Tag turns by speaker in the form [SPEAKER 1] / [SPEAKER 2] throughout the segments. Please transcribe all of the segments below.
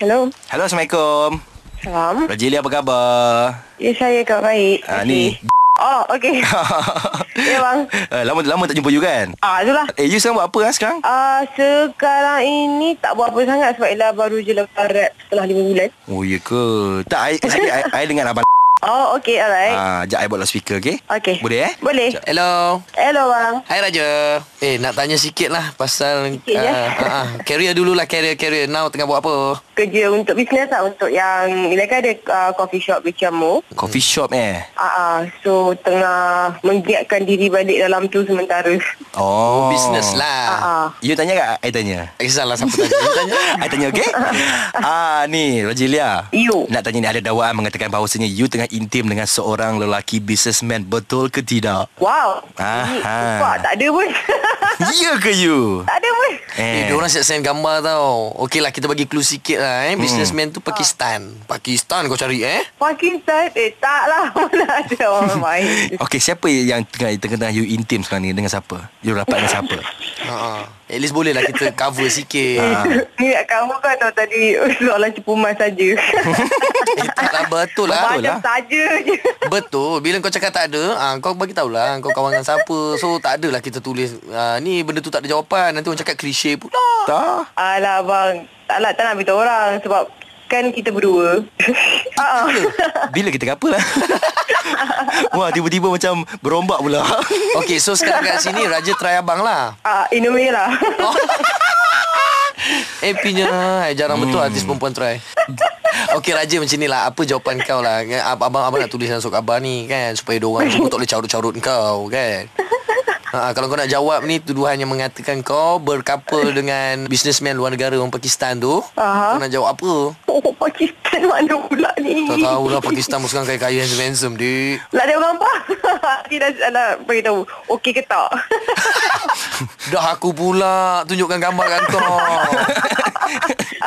[SPEAKER 1] Hello.
[SPEAKER 2] Hello, Assalamualaikum.
[SPEAKER 1] Salam.
[SPEAKER 2] Rajili, apa khabar?
[SPEAKER 1] Ya, saya Kak Baik.
[SPEAKER 2] Ah,
[SPEAKER 1] Okey.
[SPEAKER 2] ni.
[SPEAKER 1] Oh, okey. ya, bang.
[SPEAKER 2] Eh, lama lama tak jumpa you kan?
[SPEAKER 1] Ah, itulah.
[SPEAKER 2] Eh, you sekarang buat apa ha, sekarang?
[SPEAKER 1] Ah, sekarang ini tak buat apa sangat sebab Ella baru je lepas rap setelah 5 bulan.
[SPEAKER 2] Oh, ya ke? Tak, I, actually, I, I dengan abang
[SPEAKER 1] Oh, okey, alright.
[SPEAKER 2] Ah, Sekejap, I buat loudspeaker, okay?
[SPEAKER 1] Okey.
[SPEAKER 2] Boleh, eh?
[SPEAKER 1] Boleh.
[SPEAKER 2] Sekejap.
[SPEAKER 3] Hello.
[SPEAKER 1] Hello, bang.
[SPEAKER 3] Hai Raja. Eh nak tanya sikit lah pasal
[SPEAKER 1] Sikit, ya?
[SPEAKER 3] ah, ah, ah. career dulu lah career career. Now tengah buat apa?
[SPEAKER 1] Kerja untuk bisnes lah Untuk yang Bila kan ada uh, coffee shop Bicamu
[SPEAKER 2] Coffee shop, eh?
[SPEAKER 1] Ah, uh, so tengah menggiatkan diri balik dalam tu sementara.
[SPEAKER 2] Oh.
[SPEAKER 3] Business lah.
[SPEAKER 1] Ah,
[SPEAKER 2] You tanya ke? I tanya.
[SPEAKER 3] Tak kisahlah siapa tanya. You tanya.
[SPEAKER 2] I tanya okey? ah ni Rojilia.
[SPEAKER 1] You.
[SPEAKER 2] Nak tanya ni ada dakwaan mengatakan bahawasanya you tengah intim dengan seorang lelaki businessman betul ke tidak?
[SPEAKER 1] wow.
[SPEAKER 2] Ah,
[SPEAKER 1] Ini
[SPEAKER 2] ah.
[SPEAKER 1] nampak tak ada pun.
[SPEAKER 2] ya ke you?
[SPEAKER 1] tak ada pun.
[SPEAKER 3] Eh, dia orang siap send gambar tau. Okey lah kita bagi clue sikit lah eh. Businessman tu Pakistan. Pakistan kau cari eh.
[SPEAKER 1] Pakistan eh tak lah mana ada orang main.
[SPEAKER 2] Okey, siapa yang tengah tengah you intim sekarang ni dengan siapa? You rapat dengan siapa?
[SPEAKER 3] Ha. ah. At least boleh lah kita cover sikit. Ha.
[SPEAKER 1] Ni kat kamu kan tahu tadi soalan cepu mas saja.
[SPEAKER 3] Itulah betul lah.
[SPEAKER 2] Betul lah.
[SPEAKER 1] Macam saja je.
[SPEAKER 3] Betul Bila kau cakap tak ada ah, Kau bagi tahulah Kau kawan dengan siapa So tak adalah kita tulis ah, Ni benda tu tak ada jawapan Nanti orang cakap klise pula
[SPEAKER 2] tak.
[SPEAKER 1] Alah bang, taklah tak nak beritahu orang sebab kan kita berdua. Ah, ah.
[SPEAKER 2] Bila kita apa lah? Wah, tiba-tiba macam berombak pula.
[SPEAKER 3] Okay so sekarang kat sini Raja try abang lah
[SPEAKER 1] Ah, Indomie lah.
[SPEAKER 3] oh. Eh pinya eh, Jarang hmm. betul artis perempuan try Okay Raja macam ni lah Apa jawapan kau lah Kan, ab- Abang abang nak tulis masuk abang ni kan Supaya diorang semua tak boleh carut-carut kau kan Ha, kalau kau nak jawab ni Tuduhan yang mengatakan kau Berkapal dengan Businessman luar negara Orang Pakistan tu
[SPEAKER 1] Aha.
[SPEAKER 3] Kau nak jawab apa?
[SPEAKER 1] Oh, Pakistan mana pula ni?
[SPEAKER 3] Tak lah, tahulah Pakistan pun sekarang kaya-kaya handsome-handsome dik
[SPEAKER 1] Lah dia orang apa? Kita dah nak beritahu Okey ke tak?
[SPEAKER 3] Dah aku pula Tunjukkan gambar kat kau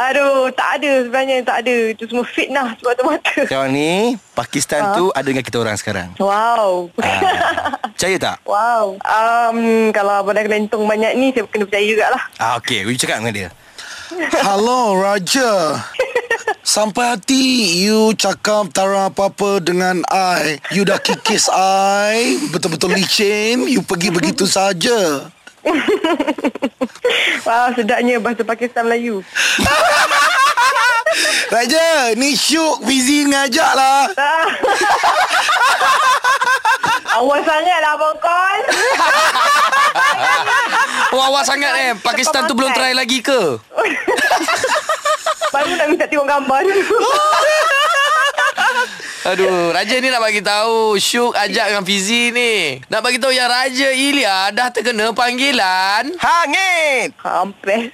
[SPEAKER 1] Aduh tak ada sebenarnya Tak ada Itu semua fitnah semata-mata
[SPEAKER 2] Sekarang ni Pakistan tu ada dengan kita orang sekarang.
[SPEAKER 1] Wow
[SPEAKER 2] Ah. Percaya tak?
[SPEAKER 1] Wow um, Kalau abang dah kelentung banyak ni Saya kena percaya jugalah
[SPEAKER 2] Ah okey, you cakap dengan dia.
[SPEAKER 4] Hello Raja Sampai hati you cakap tarang apa-apa dengan I You dah kikis I Betul-betul licin You pergi begitu saja
[SPEAKER 1] Wow Ah, sedapnya bahasa Pakistan Melayu
[SPEAKER 4] Raja, ni syuk busy ngajak lah
[SPEAKER 1] Ah. Awal sangat lah abang Kon
[SPEAKER 3] Wah-wah sangat eh Pakistan tu belum try lagi ke?
[SPEAKER 1] Baru nak minta tengok gambar dulu
[SPEAKER 3] Aduh, Raja ni nak bagi tahu Syuk ajak dengan Fizi ni. Nak bagi tahu yang Raja Ilya dah terkena panggilan.
[SPEAKER 2] Hangit.
[SPEAKER 1] Hampir